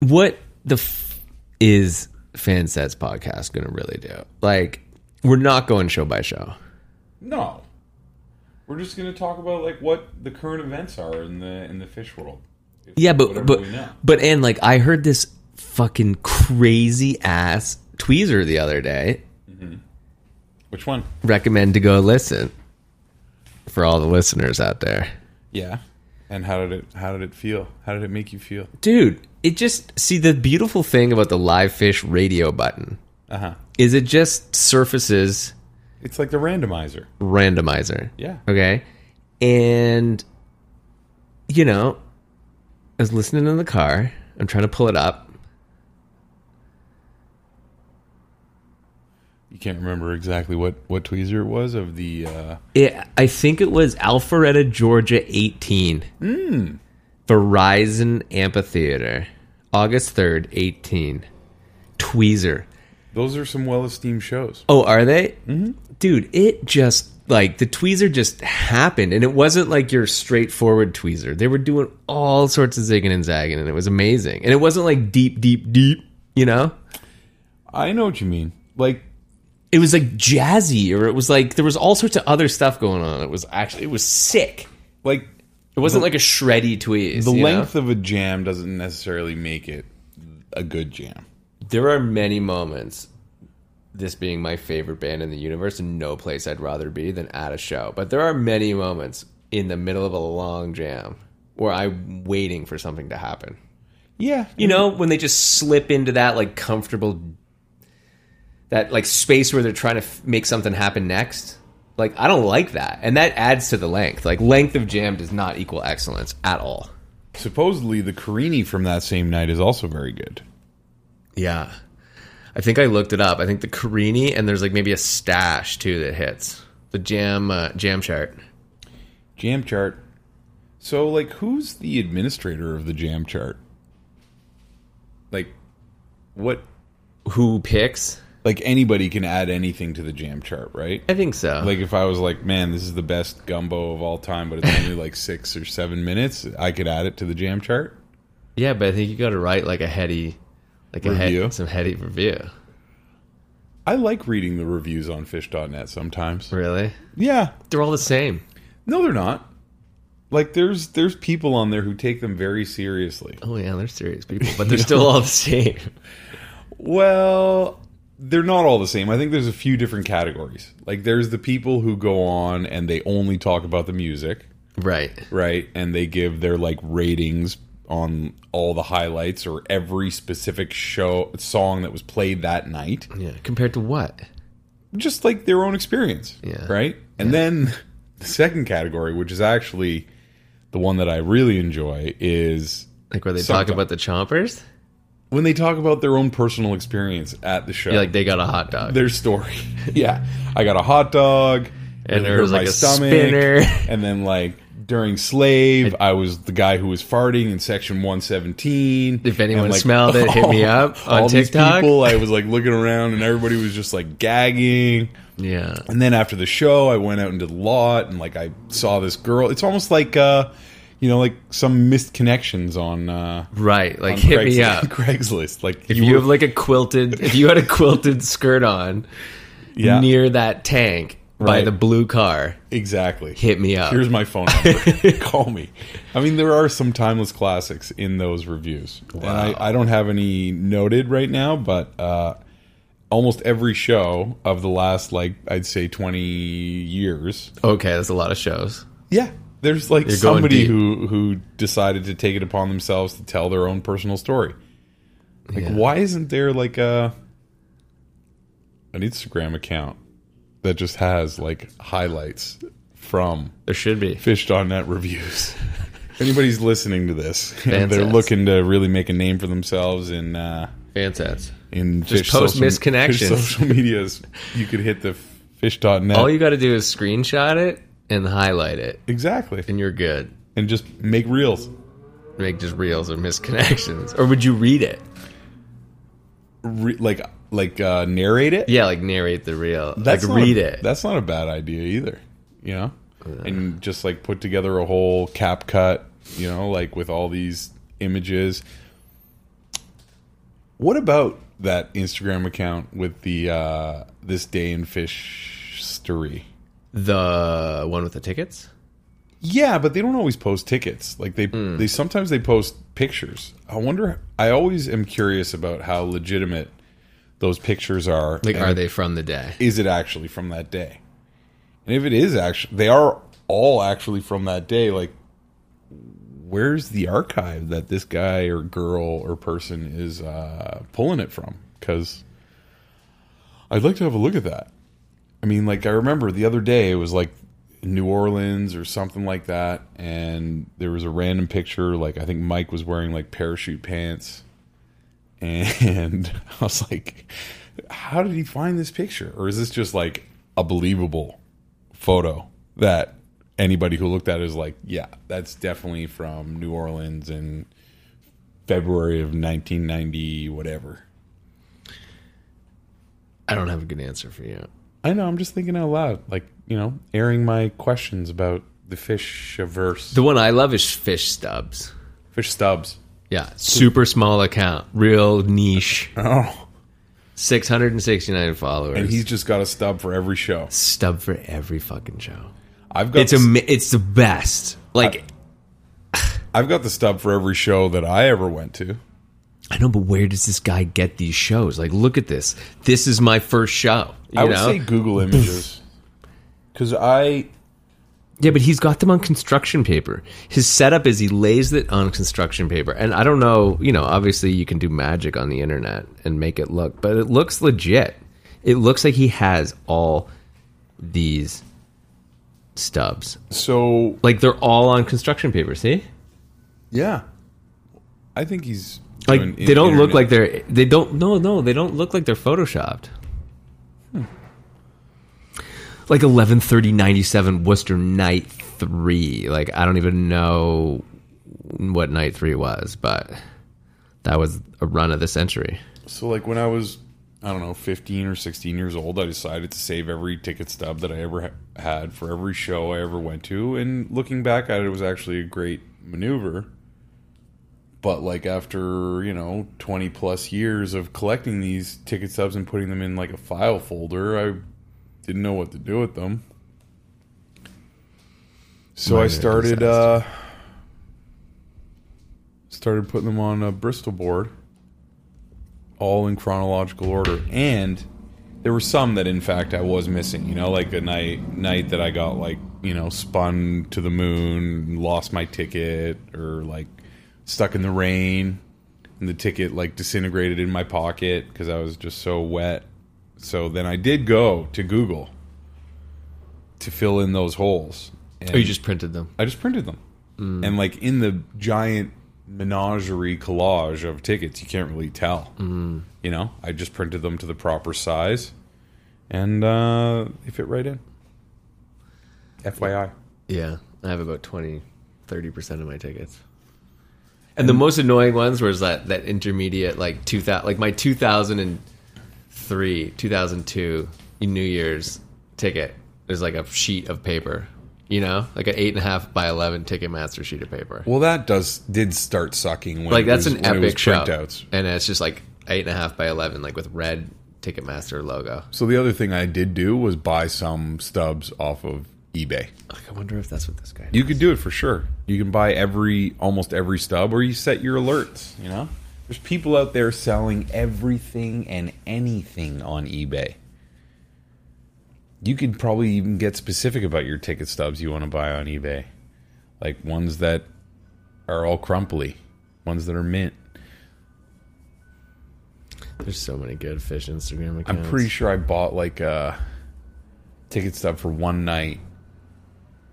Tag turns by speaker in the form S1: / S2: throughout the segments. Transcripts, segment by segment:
S1: what the f- is Fansets podcast going to really do? Like, we're not going show by show.
S2: No. We're just going to talk about like what the current events are in the in the fish world.
S1: Yeah,
S2: Whatever
S1: but but
S2: we know.
S1: but and like I heard this fucking crazy ass tweezer the other day
S2: Which one?
S1: recommend to go listen for all the listeners out there.
S2: Yeah. And how did it how did it feel? How did it make you feel?
S1: Dude, it just see the beautiful thing about the live fish radio button
S2: Uh-huh.
S1: is it just surfaces
S2: It's like the randomizer.
S1: randomizer.
S2: Yeah.
S1: Okay. And, you know, I was listening in the car. I'm trying to pull it up.
S2: You can't remember exactly what what tweezer it was of the uh
S1: It, I think it was Alpharetta, Georgia 18. Verizon Amphitheater, August 3rd, 18. Tweezer.
S2: those are some well-esteemed shows.
S1: Oh, are they? Mm-hmm. Dude, it just like the tweezer just happened, and it wasn't like your straightforward tweezer. They were doing all sorts of zigging and zagging, and it was amazing. And it wasn't like deep, deep, deep. You know,
S2: I know what you mean. Like
S1: it was like jazzy, or it was like there was all sorts of other stuff going on. It was actually it was sick.
S2: like
S1: It wasn't like a shreddy tweeze.
S2: the
S1: you know?
S2: length of a jam doesn't necessarily make it a good jam.
S1: There are many moments. This being my favorite band in the universe, and no place I'd rather be than at a show. But there are many moments in the middle of a long jam where I'm waiting for something to happen.
S2: Yeah.
S1: You know, when they just slip into that like comfortable, that like space where they're trying to f- make something happen next. Like, I don't like that. And that adds to the length. Like, length of jam does not equal excellence at all.
S2: Supposedly, the Carini from that same night is also very good.
S1: Yeah. I think I looked it up. I think the Carini and there's like maybe a stash too that hits. The jam uh, jam chart.
S2: Jam chart. So, like, who's the administrator of the jam chart? Like, what?
S1: Who picks?
S2: Like, anybody can add anything to the jam chart, right?
S1: I think so.
S2: Like, if I was like, man, this is the best gumbo of all time, but it's only like six or seven minutes, I could add it to the jam chart.
S1: yeah, but I think you got to write like a heady like a
S2: Review?
S1: head, some heady review.
S2: I like reading the reviews on fish.net sometimes.
S1: Really?
S2: Yeah.
S1: They're all the same.
S2: No, they're not. Like, there's there's people on there who take them very seriously.
S1: Oh yeah, they're serious people, but they're still all the same.
S2: Well, they're not all the same. I think there's a few different categories. Like there's the people who go on and they only talk about the music,
S1: Right.
S2: right? And they give their like ratings on all the highlights or every specific show song that was played that night,
S1: Yeah. Compared to what?
S2: just like their own experience,
S1: Yeah.
S2: right? And then the second category, which is actually the one that I really enjoy is
S1: Like where they
S2: Sometimes.
S1: talk about the chompers?
S2: when they talk about their own personal experience at the show.
S1: Yeah, like they got a hot dog.
S2: their story. yeah, I got a hot dog,
S1: And
S2: it
S1: there
S2: hurt
S1: was, like,
S2: my
S1: a spinner.
S2: and then like during slave, I was the guy who was farting in section one seventeen.
S1: If anyone smelled it, hit me up on
S2: all
S1: TikTok.
S2: These people, I was like looking around, and everybody was just like gagging.
S1: Yeah.
S2: And then after the show, I went out into the lot, and like I saw this girl. It's almost like uh, you know, like some missed connections on uh,
S1: Right. Like
S2: on
S1: hit
S2: Craigs-
S1: me up.
S2: Craigslist. Like
S1: If you, have like a quilted, if you had a quilted skirt on
S2: Yeah.
S1: near that tank by
S2: Right.
S1: the blue car,
S2: exactly
S1: hit me up.
S2: Here's my phone number. Call me. I mean, there are some timeless classics in those reviews. And I, I don't have any noted right now, but uh, almost every show of the last, like, I'd say 20 years,
S1: okay, that's a lot of shows.
S2: yeah, there's like
S1: You're going
S2: somebody
S1: deep.
S2: who, who decided to take it upon themselves to tell their own personal story. Like,
S1: Yeah.
S2: why isn't there like a an Instagram account that just has like highlights from
S1: There should be.
S2: fish.net reviews. If Anybody's listening to this and they're
S1: Fantastic.
S2: looking to really make a name for themselves in uh,
S1: Fan sets.
S2: in
S1: Just
S2: fish
S1: post
S2: social,
S1: misconnections.
S2: fish social medias, you could hit the fish.net
S1: All you got to do is screenshot it and highlight it,
S2: exactly
S1: and you're good.
S2: and just make reels.
S1: Make just reels or misconnections. Or would you read it?
S2: Re- like like uh, narrate it.
S1: Yeah, like narrate the reel. like
S2: not
S1: read
S2: a,
S1: it.
S2: That's not a bad idea either. You know, and just like put together a whole cap cut. You know, like with all these images. What about that Instagram account with the uh, this day in fish story?
S1: The one with the tickets?
S2: Yeah, but they don't always post tickets. Like they
S1: Hmm.
S2: they sometimes they post pictures. I wonder I always am curious about how legitimate those pictures are.
S1: Like,
S2: and
S1: are they from the day?
S2: is it actually from that day? And if it is actually they are all actually from that day, like where's the archive that this guy or girl or person is uh, pulling it from? Because I'd like to have a look at that. I mean, like I remember the other day it was like New Orleans or something like that, and there was a random picture. Like I think Mike was wearing like parachute pants, and I was like, "How did he find this picture? Or is this just like a believable photo that anybody who looked at it is like, yeah, that's definitely from New Orleans in February of 1990, whatever."
S1: I don't have a good answer for you.
S2: I know. I'm just thinking out loud, like you know, airing my questions about the fish averse,
S1: The one I love is Fish Stubs.
S2: fish stubs.
S1: Yeah, super small account, real niche.
S2: Oh,
S1: 669 followers.
S2: and he's just got a stub for every show.
S1: stub for every fucking show.
S2: I've got
S1: It's a, it's the best. Like
S2: I've got the stub for every show that I ever went to.
S1: I know, but where does this guy get these shows? Like, look at this. This is my first show. You
S2: I would
S1: know?
S2: say Google Images because I
S1: yeah, but he's got them on construction paper. His setup is he lays it on construction paper, and I don't know. You know, obviously you can do magic on the internet and make it look, but it looks legit. It looks like he has all these stubs.
S2: so
S1: Like they're all on construction paper. See,
S2: yeah, I think he's
S1: like
S2: doing
S1: they don't look
S2: internet-
S1: like they're they don't no no they don't look like they're photoshopped Hmm. like 113097 worcester night 3 like i don't even know what night 3 was but that was a run of the century
S2: So like when I was I don't know 15 or 16 years old, I decided to save every ticket stub that I ever ha- had for every show I ever went to and looking back at it, it was actually a great maneuver. But like after, you know, 20 plus years of collecting these ticket stubs and putting them in like a file folder, I didn't know what to do with them. So
S1: Minor
S2: I started
S1: disaster.
S2: uh started putting them on a Bristol board all in chronological order and there were some that in fact I was missing, you know, like a night night that I got like, you know, spun to the moon, lost my ticket or like stuck in the rain and the ticket like disintegrated in my pocket cuz I was just so wet. So then I did go to Google to fill in those holes. And
S1: oh you just printed them
S2: I just printed them. And like in the giant menagerie collage of tickets, you can't really tell. You know, I just printed them to the proper size and uh, they fit right in. FYI.
S1: yeah i have about 20 30% of my tickets and the most annoying ones was that that intermediate like 2000 like my 2000 and 2003, 2002 New Year's ticket. There's like a sheet of paper, you know, like an eight and a half by eleven Ticketmaster sheet of paper.
S2: Well, that does did start sucking when
S1: Like
S2: it
S1: that's
S2: was-
S1: an
S2: when it was
S1: epic show,
S2: printouts.
S1: and it's just like eight and a half by eleven, like with red Ticketmaster logo.
S2: So the other thing I did do was buy some stubs off of eBay.
S1: Like, I wonder if that's what this guy.
S2: You could do it for sure. You can buy every almost every stub, or you set your alerts. You know, there's people out there selling everything and anything on eBay. You could probably even get specific about your ticket stubs you want to buy on eBay, like ones that are all crumply, ones that are mint.
S1: There's so many good fish Instagram accounts.
S2: I'm pretty sure I bought like a ticket stub for one night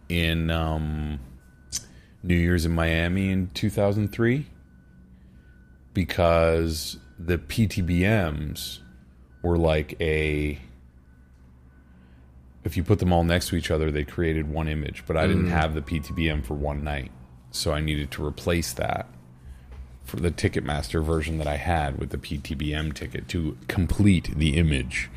S2: in um, New Year's in Miami in 2003 because the PTBMs were like a. If you put them all next to each other, they created one image, but I didn't have the PTBM for one night. So I needed to replace that for the Ticketmaster version that I had with the PTBM ticket to complete the image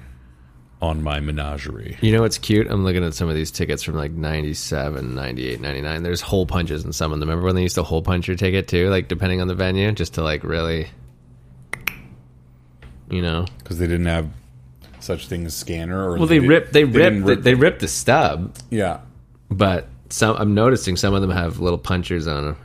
S2: on my menagerie.
S1: You know what's cute? I'm looking at some of these tickets from like 97, 98, 99. There's hole punches in some of them. Remember when they used to hole punch your ticket too? Like depending on the venue, just to like really You know,
S2: because they didn't have such thing as scanner. Or
S1: well they
S2: did-
S1: ripped they ripped
S2: didn't
S1: the, they ripped the stub,
S2: yeah.
S1: but some I'm noticing some of them have little punchers on them.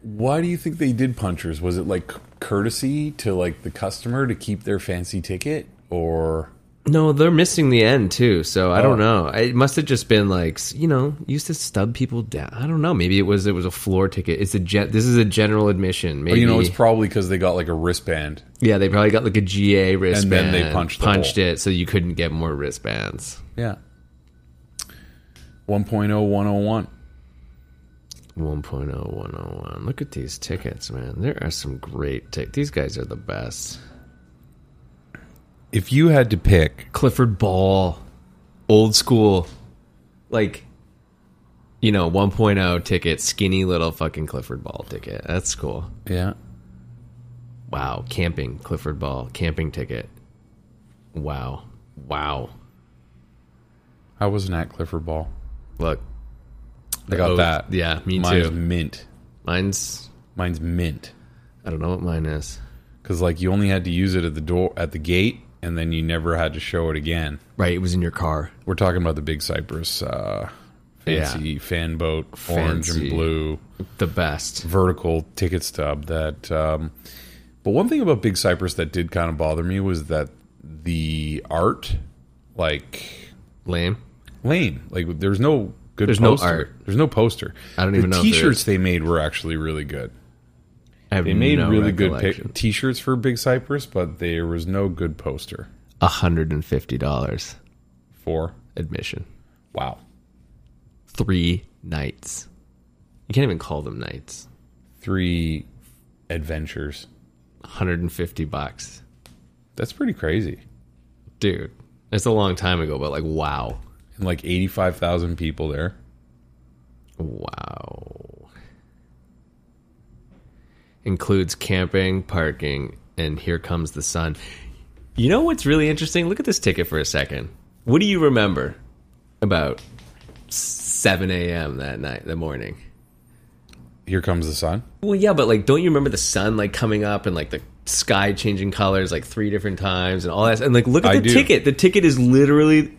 S2: Why do you think they did punchers? Was it like courtesy to like the customer to keep their fancy ticket, or
S1: No, they're missing the end too. So I don't know. It must have just been like s- you know used to stub people down. I don't know. Maybe it was it was a floor ticket. It's a gen- this is a general admission. Maybe
S2: you know, it's probably because they got like a wristband.
S1: yeah they probably got like a GA wristband
S2: then they punched the
S1: punched
S2: hole.
S1: it so you couldn't get more wristbands.
S2: Yeah. 1.0101.
S1: 1.0101. Look at these tickets, man. There are some great tickets. These guys are the best.
S2: If you had to pick,
S1: Clifford Ball, old school, like, you know, 1.0 ticket, skinny little fucking Clifford Ball ticket. That's cool.
S2: yeah,
S1: Wow. Camping, Clifford Ball, camping ticket. Wow. Wow.
S2: I wasn't at Clifford Ball.
S1: Look.
S2: I got
S1: Oh,
S2: that.
S1: Yeah, me
S2: Mine's
S1: too.
S2: mint.
S1: Mine's,
S2: Mine's mint.
S1: I don't know what mine is.
S2: Because like you only had to use it at the door at the gate, and then you never had to show it again.
S1: Right. It was in your car.
S2: We're talking about the Big Cypress, uh, fancy fan boat, orange
S1: Fancy.
S2: and blue
S1: The best.
S2: vertical ticket stub. That, um, but one thing about Big Cypress that did kind of bother me was that the art, like
S1: Lame.
S2: lame, like there's no good.
S1: There's no
S2: poster.
S1: art.
S2: There's no poster.
S1: I don't
S2: the
S1: even know if there
S2: T-shirts they made were actually really good.
S1: I have
S2: They made
S1: no
S2: really good
S1: recollection.
S2: pic- T-shirts for Big Cypress, but there was no good poster
S1: $150
S2: for.
S1: admission.
S2: Wow.
S1: Three nights. You can't even call them nights.
S2: Three adventures.
S1: 150 bucks.
S2: That's pretty crazy.
S1: Dude, that's a long time ago, but like, wow.
S2: And like 85,000 people there.
S1: Wow. Includes camping, parking, and here comes the sun. You know what's really interesting? Look at this ticket for a second. What do you remember about 7 a.m. that night, the morning?
S2: Here comes the sun.
S1: Well, yeah, but like, don't you remember the sun like coming up and like the sky changing colors like three different times and all that? And like, look at
S2: I
S1: the
S2: do.
S1: ticket. The ticket is literally.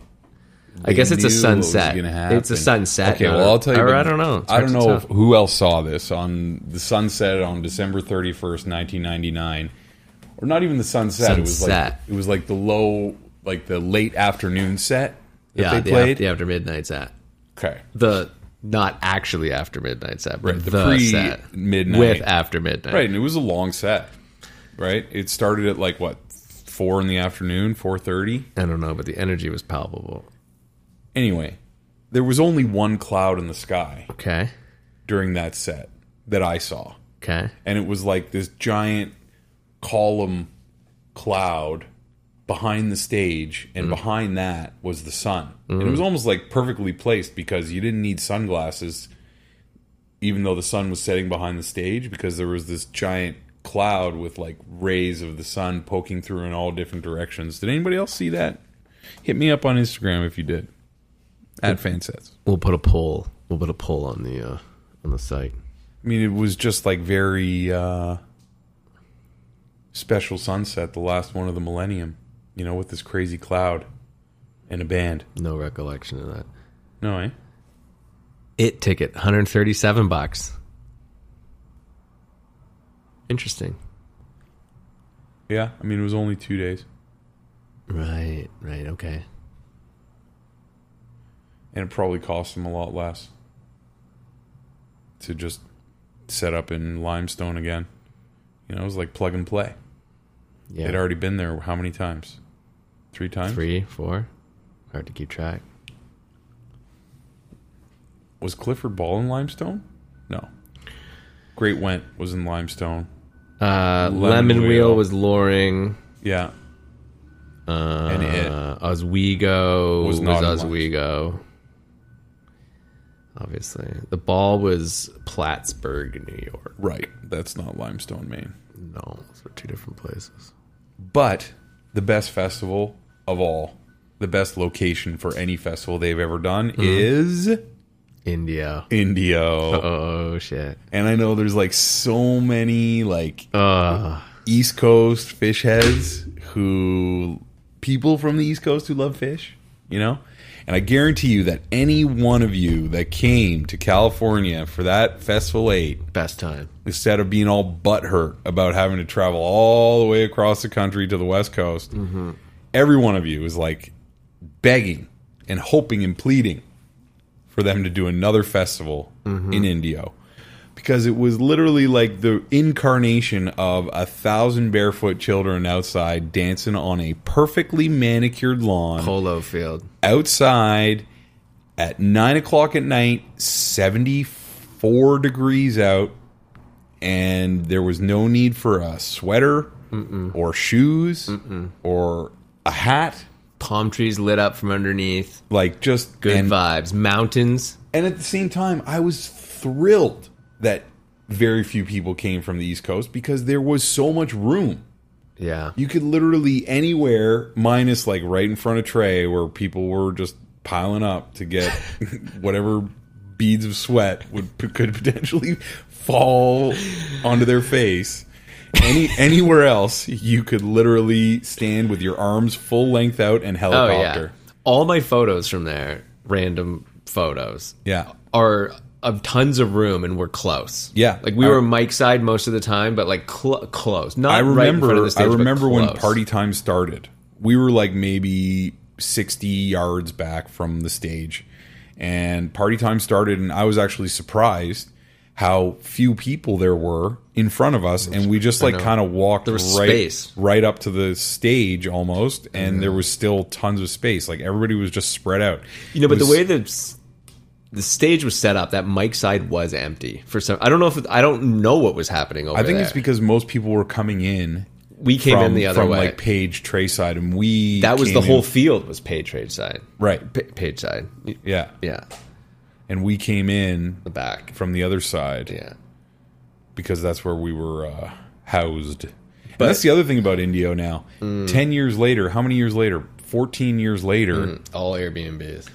S1: I guess it's
S2: knew
S1: a
S2: what was
S1: sunset.
S2: gonna happen.
S1: It's a sunset.
S2: Okay,
S1: no,
S2: well, I'll tell you.
S1: Or,
S2: about-
S1: I don't know. It's
S2: I
S1: hard
S2: don't
S1: to
S2: know
S1: tell.
S2: who else saw this on the sunset on December 31st, 1999. Or not even the sunset. It was like
S1: Sunset.
S2: it was like the low like the late afternoon set that
S1: Yeah,
S2: they
S1: the, af-
S2: played.
S1: the after midnight set.
S2: Okay.
S1: The not actually after midnight set, but
S2: Right,
S1: the,
S2: the pre-
S1: set
S2: midnight.
S1: with after midnight.
S2: Right, and it was a long set. Right? It started at like what? 4 in the afternoon, 4:30.
S1: I don't know, but the energy was palpable.
S2: Anyway, there was only one cloud in the sky
S1: Okay.
S2: during that set that I saw.
S1: Okay.
S2: And it was like this giant column cloud behind the stage, and behind that was the sun. And it was almost like perfectly placed because you didn't need sunglasses, even though the sun was setting behind the stage, because there was this giant cloud with like rays of the sun poking through in all different directions. Did anybody else see that? Hit me up on Instagram if you did. At fansets.
S1: We'll put a poll. We'll put a poll on the uh, on the site.
S2: I mean, it was just like very uh, special sunset, the last one of the millennium, you know, with this crazy cloud and a band.
S1: No recollection of that.
S2: No, eh?
S1: It ticket, 137 bucks. Interesting.
S2: Yeah, I mean, it was only two days.
S1: Right, right, okay.
S2: And it probably cost them a lot less to just set up in limestone again. You know, it was like plug and play.
S1: Yeah.
S2: They'd already been there how many times? Three times?
S1: Three, four. Hard to keep track.
S2: Was Clifford Ball in limestone? No. Great Went was in limestone.
S1: Uh, Lemon, Wheel.
S2: Wheel.
S1: was Loring.
S2: Yeah.
S1: Uh,
S2: And it.
S1: Oswego
S2: Was
S1: was,
S2: not in limestone.
S1: Oswego. Obviously. The ball was Plattsburgh, New York.
S2: Right. That's not Limestone, Maine.
S1: No, those are two different places.
S2: But the best festival of all, the best location for any festival they've ever done is
S1: India.
S2: Indio.
S1: Oh, shit.
S2: And I know there's like so many like
S1: Uh,
S2: East Coast fish heads who people from the East Coast who love fish, you know? And I guarantee you that any one of you that came to California for that Festival 8
S3: Best time.
S2: instead of being all butthurt about having to travel all the way across the country to the West Coast, every one of you is like begging and hoping and pleading for them to do another festival in Indio. Because it was literally like the incarnation of a thousand barefoot children outside dancing on a perfectly manicured lawn
S3: Polo field.
S2: outside at nine o'clock at night, 74 degrees out, and there was no need for a sweater or shoes or a hat.
S1: Palm trees lit up from underneath.
S2: Like, just
S1: Good
S2: and,
S1: vibes. Mountains.
S2: and at the same time, I was thrilled that very few people came from the East Coast because there was so much room.
S3: Yeah.
S2: You could literally anywhere, minus like right in front of Trey, where people were just piling up to get whatever beads of sweat would could potentially fall onto their face. Any anywhere else, you could literally stand with your arms full length out and
S1: Oh
S2: helicopter.
S1: yeah. All my photos from there, random photos,
S2: yeah.
S1: are of tons of room and we're close.
S2: Yeah.
S1: Like we
S2: I-
S1: were mic side most of the time, but like cl- close. Not
S2: I
S1: right in
S2: remember.
S1: front of the stage.
S2: I
S1: but
S2: remember when
S1: close.
S2: party time started. We were like maybe sixty yards back from the stage, and party time started. And I was actually surprised how few people there were in front of us, and we just like kind of walked right
S1: was space. Mm-hmm.
S2: right up to the stage almost, and there was still tons of space. Like everybody was just spread out.
S1: You know,
S2: It
S1: but the
S2: was-
S1: way the s- the stage was set up, that mic side was empty for some. I don't know if it- I don't know what was happening over
S2: I think
S1: there.
S2: it's because most people were coming in.
S1: we came in the other
S2: from
S1: way.
S2: like Page Tray side, and we
S1: that was
S2: came
S1: the
S2: in-
S1: whole field was pay trade side,
S2: right.
S1: P- page side.
S2: Yeah,
S1: Yeah,
S2: and we came in
S1: the back.
S2: from the other side
S1: Yeah,
S2: because that's where we were uh, housed. and that's the other thing about Indio now.
S1: Mm.
S2: Ten years later, how many years later? Fourteen years later,
S1: all Airbnbs.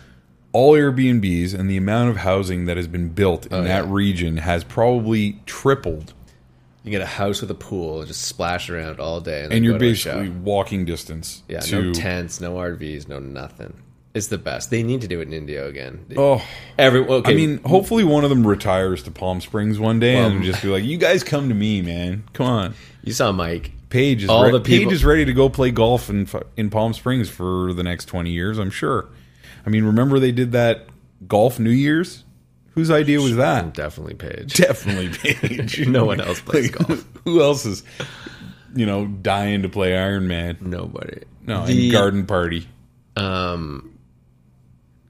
S2: all Airbnbs and the amount of housing that has been built
S1: Oh,
S2: in that region has probably tripled.
S1: You get a house with a pool, just splash around all day, and, then
S2: And
S1: go
S2: you're
S1: to a
S2: basically
S1: show.
S2: walking distance
S1: yeah,
S2: to
S1: no tents, no RVs, no nothing. It's the best. They need to do it in India again.
S2: oh.
S1: Every okay,
S2: I mean, hopefully one of them retires to Palm Springs one day and just be like, "You guys come to me, man. Come on."
S1: you saw Mike.
S2: Page is
S1: All
S2: re-
S1: the people-
S2: Paige is ready to go play golf in fu- in Palm Springs for the next twenty years. I'm sure. I mean, remember they did that golf New Year's? Whose idea was that?
S1: Definitely Paige.
S2: Definitely Paige.
S1: No one else plays golf.
S2: Who else is, you know, dying to play Iron Man?
S1: Nobody.
S2: No,
S1: The-
S2: and Garden Party.
S1: Um,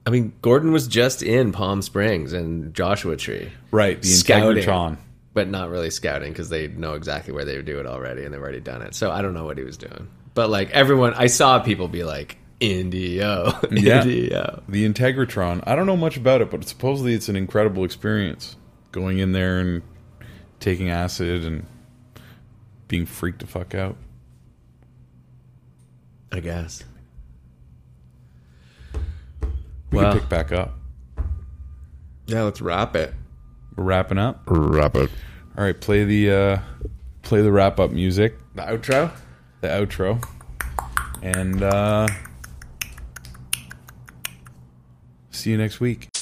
S1: I mean, Gordon was just in Palm Springs and Joshua Tree,
S2: Right, the
S1: Scouting.
S2: Integratron.
S1: but not really scouting because they know exactly where they would do it already and they've already done it. So I don't know what he was doing. But like everyone, I saw people be like, Indio,
S2: Yeah.
S1: Indio.
S2: The Integratron. I don't know much about it, but supposedly it's an incredible experience. Going in there and taking acid and being freaked the fuck out.
S1: I guess.
S2: We
S1: Wow.
S2: can pick back up.
S1: Yeah, let's wrap it.
S2: We're wrapping up.
S3: Wrap it.
S2: All right, play the uh, play the wrap up music,
S1: The outro?
S2: the outro, and uh, see you next week.